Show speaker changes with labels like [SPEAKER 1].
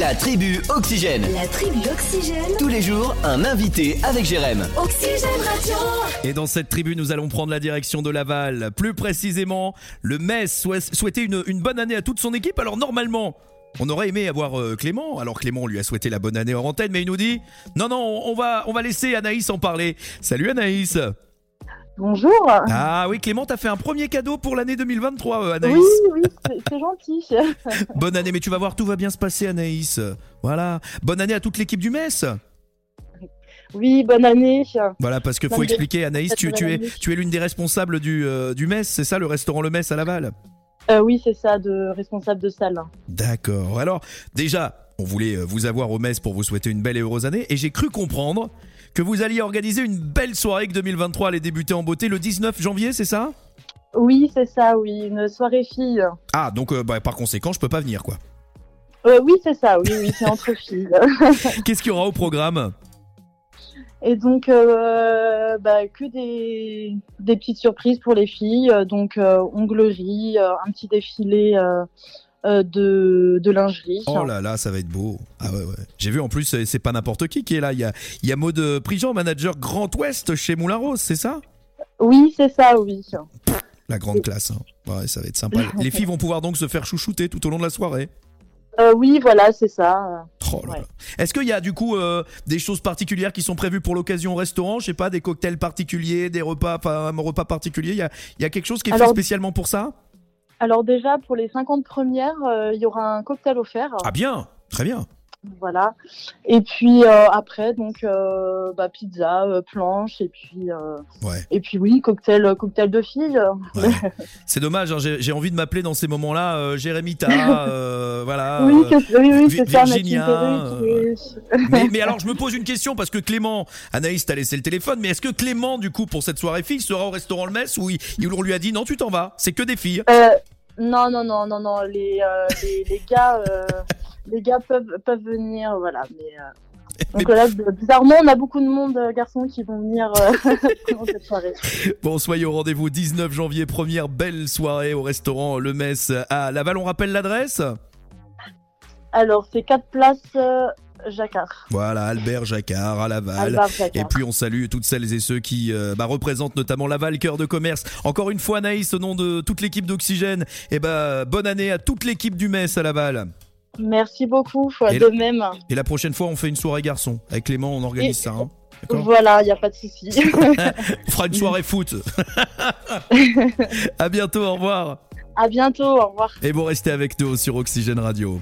[SPEAKER 1] La tribu Oxygène.
[SPEAKER 2] La tribu Oxygène,
[SPEAKER 1] Tous les jours, un invité avec Jérém.
[SPEAKER 2] Oxygène Radio.
[SPEAKER 3] Et dans cette tribu, nous allons prendre la direction de Laval. Plus précisément, le Metz souhait- souhaitait une, une bonne année à toute son équipe. Alors normalement, on aurait aimé avoir euh, Clément. Alors Clément, on lui a souhaité la bonne année en antenne, mais il nous dit non, non, on on va, on va laisser Anaïs en parler. Salut Anaïs.
[SPEAKER 4] Bonjour.
[SPEAKER 3] Ah oui, Clément, t'as fait un premier cadeau pour l'année 2023, euh, Anaïs.
[SPEAKER 4] Oui, oui, c'est- c'est gentil.
[SPEAKER 3] Bonne année, mais tu vas voir, tout va bien se passer, Anaïs. Voilà. Bonne année à toute l'équipe du Metz.
[SPEAKER 4] Oui, bonne année.
[SPEAKER 3] Voilà, parce que faut
[SPEAKER 4] Bonne année.
[SPEAKER 3] expliquer, Anaïs, tu, tu es,
[SPEAKER 4] Bonne année.
[SPEAKER 3] tu es l'une des responsables du, euh, du Metz, c'est ça, le restaurant Le Metz à Laval.
[SPEAKER 4] Euh, oui, c'est ça, de responsable de salle.
[SPEAKER 3] D'accord. Alors, déjà, on voulait euh, vous avoir au Metz pour vous souhaiter une belle et heureuse année. Et j'ai cru comprendre que vous alliez organiser une belle soirée que 2023 allait débuter en beauté le 19 janvier, c'est ça
[SPEAKER 4] Oui, c'est ça, oui, une soirée fille.
[SPEAKER 3] Ah, donc euh, bah, par conséquent, je peux pas venir, quoi.
[SPEAKER 4] Euh, oui, c'est ça, oui, oui, c'est entre filles.
[SPEAKER 3] Qu'est-ce qu'il y aura au programme
[SPEAKER 4] Et donc, euh, bah, que des, des petites surprises pour les filles. euh, Donc, euh, onglerie, euh, un petit défilé euh, euh, de, de lingerie.
[SPEAKER 3] Oh là là, ça va être beau. Ah ouais, ouais. J'ai vu en plus, c'est- c'est pas n'importe qui qui est là. Il y a, il y a Maud euh, Prigent, manager Grand Ouest chez Moulin Rose, c'est ça
[SPEAKER 4] Oui, c'est ça, oui.
[SPEAKER 3] La grande classe. hein. Ouais, ça va être sympa. Les filles vont pouvoir donc se faire chouchouter tout au long de la soirée.
[SPEAKER 4] Euh, oui, voilà, c'est ça.
[SPEAKER 3] Oh là
[SPEAKER 4] Ouais.
[SPEAKER 3] là. Est-ce qu'il y a du coup euh, des choses particulières qui sont prévues pour l'occasion au restaurant Je sais pas, des cocktails particuliers, des repas, enfin un repas particulier. Il y a, il y a quelque chose qui est fait
[SPEAKER 4] Alors-
[SPEAKER 3] spécialement pour ça
[SPEAKER 4] Alors déjà, pour les 50 premières, euh, il y aura un cocktail offert.
[SPEAKER 3] Ah bien, très bien.
[SPEAKER 4] Voilà. Et puis euh, après, donc euh, bah, pizza, euh, planche, et puis euh,
[SPEAKER 3] Ouais.
[SPEAKER 4] et puis oui, cocktail, euh, cocktail de filles.
[SPEAKER 3] ouais. C'est dommage. hein, j'ai j'ai envie de m'appeler dans ces moments-là, euh, Jérémita, euh, voilà.
[SPEAKER 4] oui,
[SPEAKER 3] euh,
[SPEAKER 4] c'est oui, oui,
[SPEAKER 3] Vi-
[SPEAKER 4] c'est ça.
[SPEAKER 3] Virginia,
[SPEAKER 4] Maxime Perruque, oui.
[SPEAKER 3] mais, mais alors je me pose une question parce que Clément, Anaïs t'a laissé le téléphone, mais est-ce que Clément du coup pour cette soirée fille sera au restaurant le Metz où il- il- on lui a dit non tu t'en vas, c'est que des filles.
[SPEAKER 4] Euh, non, non, non, non, non. Les euh, les, les gars, euh, les gars peuvent peuvent venir, voilà. Mais, euh, donc là, bizarrement, on a beaucoup de monde euh, garçons qui vont venir euh, pendant cette soirée.
[SPEAKER 3] Bon, soyez au rendez-vous 19 janvier, première belle soirée au restaurant Le Mess à Laval. On rappelle l'adresse
[SPEAKER 4] Alors, c'est quatre places euh, Jacquard.
[SPEAKER 3] Voilà, Albert Jacquard à Laval.
[SPEAKER 4] Alvar Jacquard.
[SPEAKER 3] Et puis on salue toutes celles et ceux qui euh, bah, représentent notamment Laval Cœur de Commerce. Encore une fois, Naïs, au nom de toute l'équipe d'Oxygène, et bah, bonne année à toute l'équipe du Mess à Laval.
[SPEAKER 4] Merci beaucoup,
[SPEAKER 3] Et-
[SPEAKER 4] de même.
[SPEAKER 3] Et la prochaine fois, on fait une soirée garçon. Avec Clément, on organise
[SPEAKER 4] Et-
[SPEAKER 3] ça. hein. D'accord
[SPEAKER 4] Voilà, il n'y a pas de souci.
[SPEAKER 3] On fera une soirée foot. à bientôt, au revoir.
[SPEAKER 4] à bientôt, au revoir.
[SPEAKER 3] Et bon, restez avec nous sur Oxygène Radio.